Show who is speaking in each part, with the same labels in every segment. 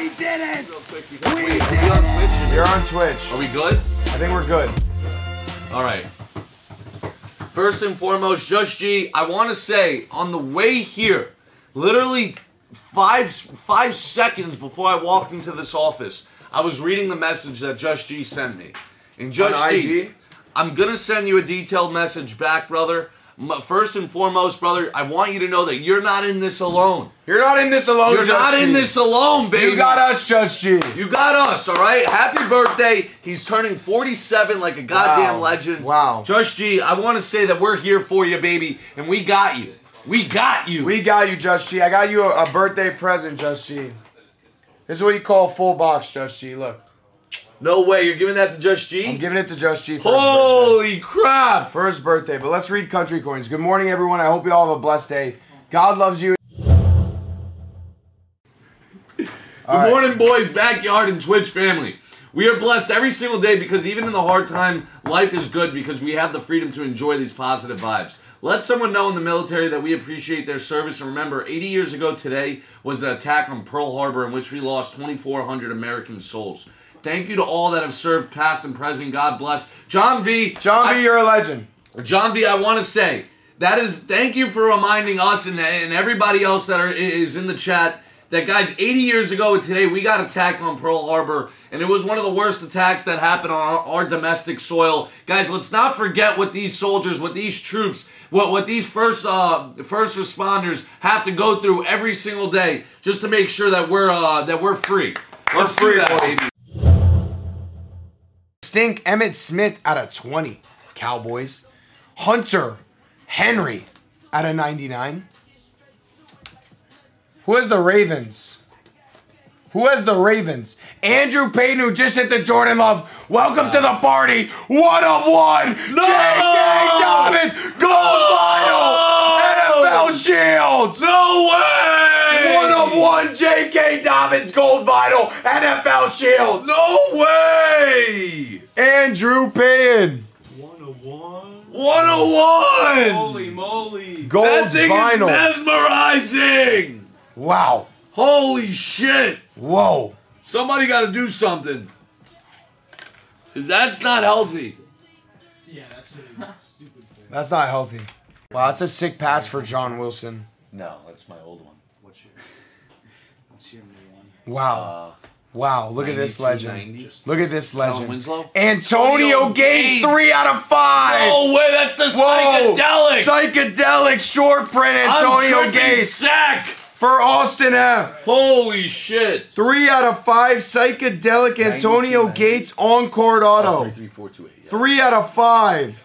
Speaker 1: Twitch.
Speaker 2: real quick because wait, we on Twitch.
Speaker 1: You're on Twitch.
Speaker 2: Are we good?
Speaker 1: I think we're good.
Speaker 2: All right. First and foremost, Just G, I want to say on the way here, literally five five seconds before I walked into this office, I was reading the message that Just G sent me. And Just
Speaker 1: On
Speaker 2: G,
Speaker 1: IG?
Speaker 2: am gonna send you a detailed message back, brother. M- First and foremost, brother, I want you to know that you're not in this alone.
Speaker 1: You're not in this alone.
Speaker 2: You're not in
Speaker 1: Just Oh, G.
Speaker 2: this alone, baby.
Speaker 1: You got us, Just G.
Speaker 2: You got us, all right? Happy birthday. He's turning 47 like a goddamn
Speaker 1: Wow.
Speaker 2: legend.
Speaker 1: Wow.
Speaker 2: Josh G, I want to say that we're here for you, baby, and we got you. We got you.
Speaker 1: We got you, Just G. I got you a, a birthday present, Just G. This is what you call full box, Just G. Look,
Speaker 2: no way. You're giving that to Josh G?
Speaker 1: I'm giving it to Just G. For his birthday.
Speaker 2: Holy crap.
Speaker 1: for his birthday. But let's read country coins. Good morning, everyone. I hope you all have a blessed day. God loves you.
Speaker 2: Good
Speaker 1: right.
Speaker 2: morning, boys, backyard, and Twitch family. We are blessed every single day because even in the hard time, life is good because we have the freedom to enjoy these positive vibes. Let someone know in the military that we appreciate their service. And remember, 80 years ago today was the attack on Pearl Harbor in which we lost 2,400 American souls. Thank you to all that have served, past and present. God bless. John V.
Speaker 1: John
Speaker 2: I-
Speaker 1: B, you're a legend.
Speaker 2: John V, I want to say that is thank you for reminding us and, and everybody else that are, is in the chat that guys 80 years ago today we got attacked on Pearl Harbor and it was one of the worst attacks that happened on our, our domestic soil. Guys, let's not forget what these soldiers, what these troops, what what these first uh, first responders have to go through every single day just to make sure that we're uh, that we're free. We're
Speaker 1: free, boys. Stink Emmett Smith out of 20. Cowboys. Hunter Henry out of 99. Who has the Ravens? Who has the Ravens? Andrew Payton, who just hit the Jordan Love. Welcome to the party. One of one. J.K. Dobbins. Gold vinyl. NFL Shields. No way. Oh! One of one. J.K. Dobbins. Gold vinyl. NFL Shields. No way. Andrew Payton.
Speaker 3: 101.
Speaker 2: 101.
Speaker 3: Holy moly.
Speaker 1: Gold
Speaker 2: that thing
Speaker 1: vinyl.
Speaker 2: is mesmerizing.
Speaker 1: wow.
Speaker 2: Holy shit!
Speaker 1: Whoa.
Speaker 2: Somebody got to do something. Cause that's not healthy.
Speaker 3: Yeah, that shit is stupid.
Speaker 1: That's not healthy. Wow, that's a sick patch for John Wilson.
Speaker 2: No, that's my old one.
Speaker 4: What's your what's your new one?
Speaker 1: Wow.
Speaker 2: Uh,
Speaker 1: Wow, look at this
Speaker 2: 92,
Speaker 1: legend.
Speaker 2: 90.
Speaker 1: Look at this legend.
Speaker 2: Winslow?
Speaker 1: Antonio
Speaker 2: Antonio
Speaker 1: Gates,
Speaker 2: Gates.
Speaker 1: three out of five.
Speaker 2: oh wait, that's the
Speaker 1: Whoa.
Speaker 2: psychedelic.
Speaker 1: Psychedelic short print Antonio
Speaker 2: I'm tripping
Speaker 1: Gates
Speaker 2: Sack.
Speaker 1: for Austin F.
Speaker 2: Holy shit.
Speaker 1: Three out of five psychedelic Antonio
Speaker 2: 92.
Speaker 1: Gates Encore Auto.
Speaker 2: Oh. three, four, two, eight. Yeah.
Speaker 1: Three out of five.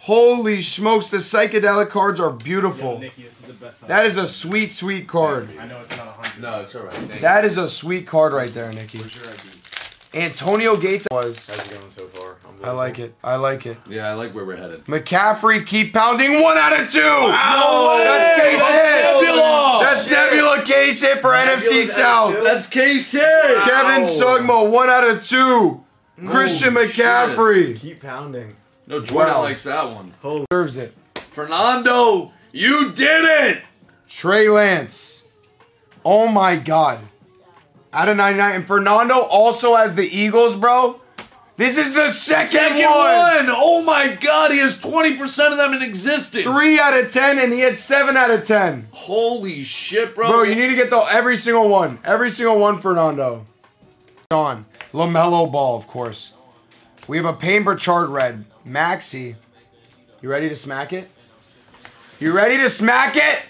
Speaker 1: Holy smokes, the psychedelic cards are beautiful.
Speaker 3: Nikki, this is the best
Speaker 1: That is a sweet, sweet card.
Speaker 3: I know it's not 100.
Speaker 2: No, it's all right. Thank
Speaker 1: That is a sweet card right there, Nikki.
Speaker 4: What's your ID?
Speaker 1: Antonio Gates was.
Speaker 4: How's it going so far? I'm
Speaker 1: I like it. I like it.
Speaker 2: you. Yeah, I like where we're headed.
Speaker 1: McCaffrey keep pounding one out of two.
Speaker 2: No way.
Speaker 1: That's Case
Speaker 2: That's
Speaker 1: hit.
Speaker 2: Nebula.
Speaker 1: That's Nebula Case hit for NFC South.
Speaker 2: That's Case.
Speaker 1: Kevin Sugmo one out of two. Christian
Speaker 2: Holy shit.
Speaker 1: McCaffrey
Speaker 4: Keep pounding.
Speaker 2: No, Jordan
Speaker 1: Wow.
Speaker 2: likes that one.
Speaker 1: deserves it.
Speaker 2: Fernando, you did it.
Speaker 1: Trey Lance. Oh my God. Out of 99. And Fernando also has the Eagles, bro. This is the second,
Speaker 2: Second
Speaker 1: one.
Speaker 2: one. Oh my god, he has 20% of them in existence.
Speaker 1: Three out of 10, and he had seven out of 10.
Speaker 2: Holy shit, bro.
Speaker 1: Bro, you need to get the every single one. Every single one, Fernando. John. LaMelo Ball, of course. We have a Payne Burchard red. Maxi. You ready to smack it? You ready to smack it?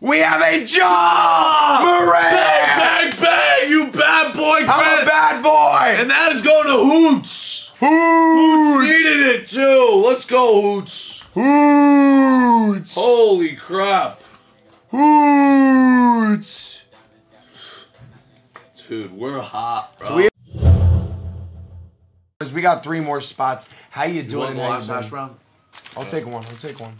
Speaker 1: We have a John Moran!
Speaker 2: Bang, bang, you bad boy,
Speaker 1: I'm a
Speaker 2: Grant.
Speaker 1: bad boy!
Speaker 2: And that is going to Hoots.
Speaker 1: Hoots!
Speaker 2: Needed it, too. Let's go, Hoots. Oh.
Speaker 1: Hoots!
Speaker 2: Holy crap.
Speaker 1: Hoots!
Speaker 2: Dude, we're hot, bro.
Speaker 1: we- Because we got three more spots. How you
Speaker 2: Do you
Speaker 1: doing
Speaker 2: want more
Speaker 1: tonight,
Speaker 2: hash
Speaker 1: bud?
Speaker 2: brown?
Speaker 1: I'll take one. I'll take one.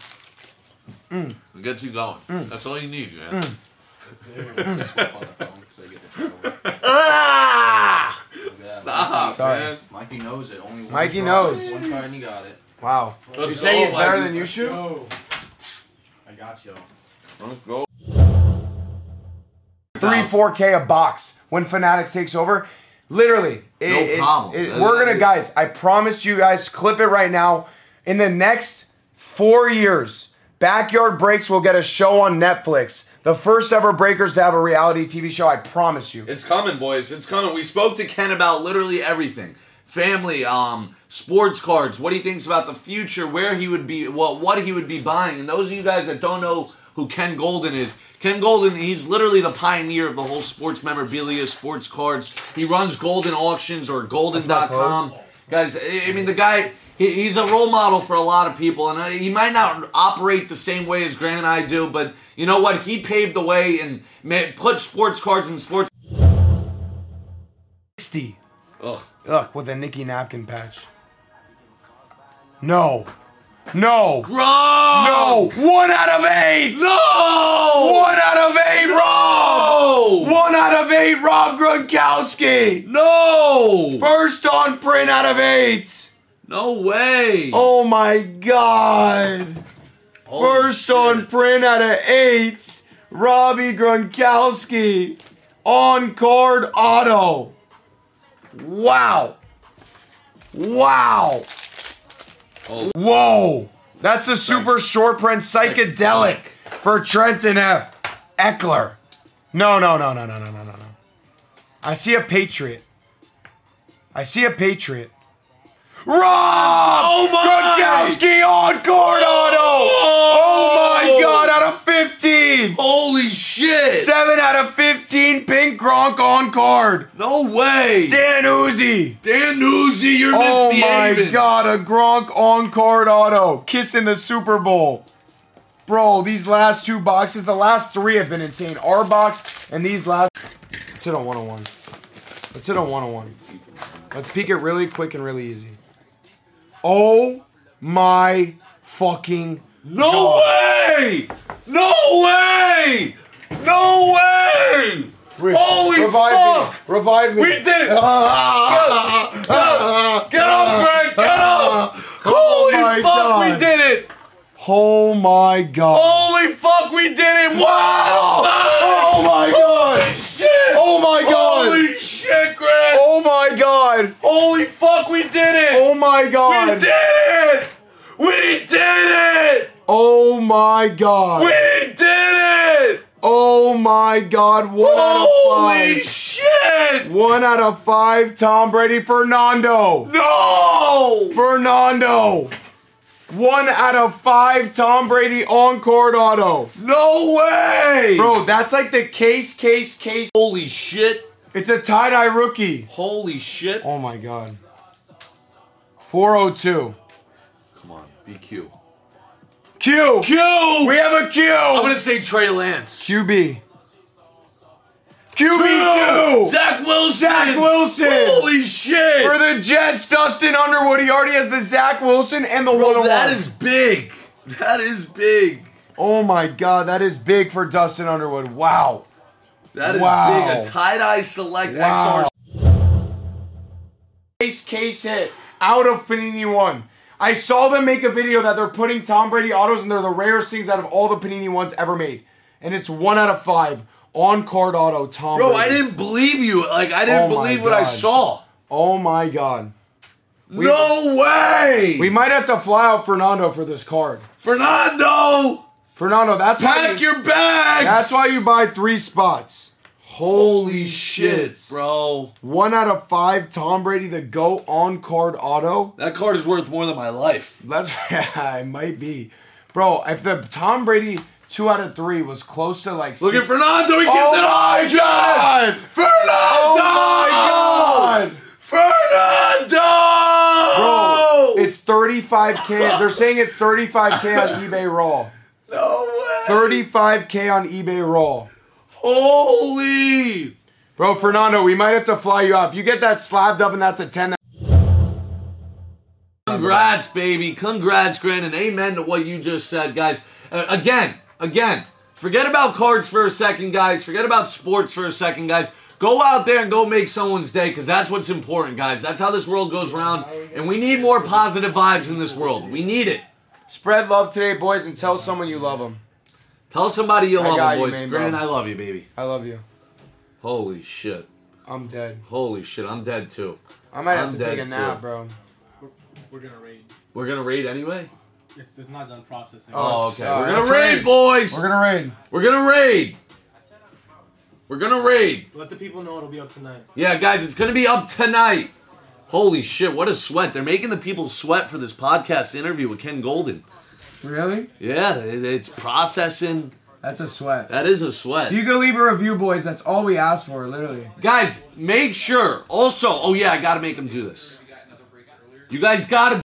Speaker 2: It gets you going. That's all you need, man.
Speaker 1: Mm.
Speaker 2: Ah! Stop,
Speaker 1: Sorry.
Speaker 2: man.
Speaker 4: Mikey knows it. Only one
Speaker 1: Mikey
Speaker 4: try.
Speaker 1: knows.
Speaker 4: One try and he got it.
Speaker 1: Wow.
Speaker 2: Let's
Speaker 1: You say he's
Speaker 2: go,
Speaker 1: better
Speaker 2: Mikey.
Speaker 1: than you shoot?
Speaker 3: Yo. I got you.
Speaker 2: Let's go.
Speaker 1: three, four K a box when Fanatics takes over. Literally, it,
Speaker 2: No
Speaker 1: it's-
Speaker 2: problem.
Speaker 1: it-
Speaker 2: That-
Speaker 1: we're gonna,
Speaker 2: that-
Speaker 1: guys. I promise you guys, clip it right now. In the next four years, Backyard Breaks will get a show on Netflix. The first ever Breakers to have a reality TV show. I promise you.
Speaker 2: It's coming, boys. It's coming. We spoke to Ken about literally everything. Family, um, sports cards, what he thinks about the future, where he would be, what what he would be buying. And those of you guys that don't know who Ken Golden is, Ken Golden, he's literally the pioneer of the whole sports memorabilia, sports cards. He runs Golden Auctions or golden.com. Guys, I I mean the guy he, he's a role model for a lot of people and uh, he might not operate the same way as Grant and I do, but you know what? He paved the way and ma- put sports cards and sports
Speaker 1: Sixty.
Speaker 2: Ugh.
Speaker 1: Ugh, with a Nicky napkin patch. No. No.
Speaker 2: Wrong!
Speaker 1: No. One out of eight.
Speaker 2: No!
Speaker 1: One out of eight, Rob.
Speaker 2: No!
Speaker 1: One out of eight, Rob Gronkowski.
Speaker 2: No!
Speaker 1: First on print out of eight.
Speaker 2: No way!
Speaker 1: Oh my God.
Speaker 2: Holy
Speaker 1: First
Speaker 2: shit.
Speaker 1: on print out of eight, Robbie Gronkowski. On card auto. Wow. Wow.
Speaker 2: Oh.
Speaker 1: Whoa. That's a super short print psychedelic for Trenton F. Eckler. No, no, no, no, no, no, no, no, no. I see a Patriot. I see a Patriot. Rob oh
Speaker 2: my!
Speaker 1: Gronkowski on court auto. Oh my God! Out of 15,
Speaker 2: Holy shit!
Speaker 1: seven out of 15. Pink Gronk on card.
Speaker 2: no way!
Speaker 1: Dan Uzi.
Speaker 2: Dan Newsy, you're
Speaker 1: Oh my
Speaker 2: misbehaving.
Speaker 1: God! A Gronk on card auto. Kissing the Super Bowl. Bro, these last two boxes, the last three have been insane. Our box and these last. Let's hit on 101. Let's hit on 101. Let's peek it really quick and really easy. Oh my fucking
Speaker 2: No way! No way! No way! Holy fuck!
Speaker 1: Me. Revive me.
Speaker 2: We did it!
Speaker 1: Ah,
Speaker 2: Get up, Greg! Get up! Oh Holy
Speaker 1: Uh, Oh my
Speaker 2: fuck,
Speaker 1: God.
Speaker 2: we did it! Oh
Speaker 1: oh my god.
Speaker 2: Holy fuck, we did it! Wow!
Speaker 1: Oh my god.
Speaker 2: shit!
Speaker 1: Oh my god.
Speaker 2: Holy shit, Greg!
Speaker 1: Oh my god.
Speaker 2: Holy fuck, we did it!
Speaker 1: Oh my
Speaker 2: we
Speaker 1: god.
Speaker 2: did it! We did it!
Speaker 1: Oh my god.
Speaker 2: We did it!
Speaker 1: Oh my god. One out
Speaker 2: Holy
Speaker 1: of five.
Speaker 2: shit!
Speaker 1: One out of five. Tom Brady Fernando.
Speaker 2: No!
Speaker 1: Fernando. One out of five. Tom Brady Encore Auto.
Speaker 2: No way!
Speaker 1: Bro, that's like the case, case, case.
Speaker 2: Holy shit!
Speaker 1: It's a tie dye rookie.
Speaker 2: Holy shit!
Speaker 1: Oh my god. 402.
Speaker 2: Come on, BQ.
Speaker 1: Q.
Speaker 2: Q!
Speaker 1: We have a Q.
Speaker 2: I'm gonna say Trey Lance.
Speaker 1: QB. QB2.
Speaker 2: Zach Wilson!
Speaker 1: Zach Wilson.
Speaker 2: Holy shit!
Speaker 1: For the Jets, Dustin Underwood. He already has the Zach Wilson and the
Speaker 2: Bro,
Speaker 1: 101.
Speaker 2: that is big. That is big.
Speaker 1: oh my god, that is big for Dustin Underwood. Wow.
Speaker 2: That is
Speaker 1: Wow.
Speaker 2: big. A tie dye select
Speaker 1: Wow.
Speaker 2: XR.
Speaker 1: Case case hit out of Panini One. I saw them make a video that they're putting Tom Brady autos, and they're the rarest things out of all the Panini ones ever made. And it's one out of five on card auto Tom.
Speaker 2: Bro,
Speaker 1: Brady.
Speaker 2: I didn't believe you. Like I didn't
Speaker 1: Oh my
Speaker 2: believe what I
Speaker 1: God.
Speaker 2: saw.
Speaker 1: Oh my god.
Speaker 2: no way.
Speaker 1: We might have to fly out Fernando for this card.
Speaker 2: Fernando,
Speaker 1: Fernando, that's why
Speaker 2: pack
Speaker 1: you,
Speaker 2: your bags.
Speaker 1: that's why you buy three spots. Holy
Speaker 2: Holy shit,
Speaker 1: shit.
Speaker 2: bro.
Speaker 1: One out of five, Tom Brady, the go on card auto.
Speaker 2: That card is worth more than my life.
Speaker 1: That's yeah, it might be. Bro, if the Tom Brady two out of three was close to like
Speaker 2: Look at
Speaker 1: six-
Speaker 2: Fernando. He gives
Speaker 1: Oh
Speaker 2: it
Speaker 1: my
Speaker 2: all.
Speaker 1: god!
Speaker 2: Fernando.
Speaker 1: Oh my god!
Speaker 2: Fernando. Oh!
Speaker 1: Bro, it's 35k. They're saying it's 35k on eBay Raw.
Speaker 2: no way.
Speaker 1: 35k on eBay Raw.
Speaker 2: Holy.
Speaker 1: Bro, Fernando, we might have to fly you out. If you get that slabbed up and that's a 10,
Speaker 2: Congrats, baby. Congrats, Grant, and amen to what you just said, guys. Uh, again, again, forget about cards for a second, guys. Forget about sports for a second, guys. Go out there and go make someone's day because that's what's important, guys. That's how this world goes around, and we need more positive vibes in this world. We need it.
Speaker 1: Spread love today, boys, and tell someone you love them.
Speaker 2: Tell somebody you
Speaker 1: I
Speaker 2: love
Speaker 1: got
Speaker 2: them,
Speaker 1: you,
Speaker 2: boys.
Speaker 1: man,
Speaker 2: Grant,
Speaker 1: bro.
Speaker 2: I love you, baby.
Speaker 1: I love you.
Speaker 2: Holy shit.
Speaker 1: I'm dead.
Speaker 2: Holy shit. I'm dead too.
Speaker 1: I might have
Speaker 2: I'm
Speaker 1: to take
Speaker 2: dead
Speaker 1: a nap,
Speaker 2: too.
Speaker 1: bro.
Speaker 3: We're, we're gonna raid.
Speaker 2: We're gonna raid anyway.
Speaker 3: It's, it's not done processing.
Speaker 1: Oh,
Speaker 2: Oh,
Speaker 1: it's-
Speaker 2: okay.
Speaker 1: uh,
Speaker 2: We're gonna
Speaker 1: that's
Speaker 2: raid,
Speaker 1: right.
Speaker 2: boys.
Speaker 1: gonna raid.
Speaker 2: We're gonna raid. We're gonna raid.
Speaker 3: Let the people know it'll be up tonight.
Speaker 2: Yeah, guys, it's gonna be up tonight. Holy shit! What a sweat. They're making the people sweat for this podcast interview with Ken Golden.
Speaker 1: Really?
Speaker 2: Yeah, it- it's processing.
Speaker 1: That's a sweat.
Speaker 2: That is a sweat.
Speaker 1: If you can leave a review, boys, that's all we ask for, literally.
Speaker 2: Guys, make sure. Also, oh yeah, I gotta make them do this. You guys gotta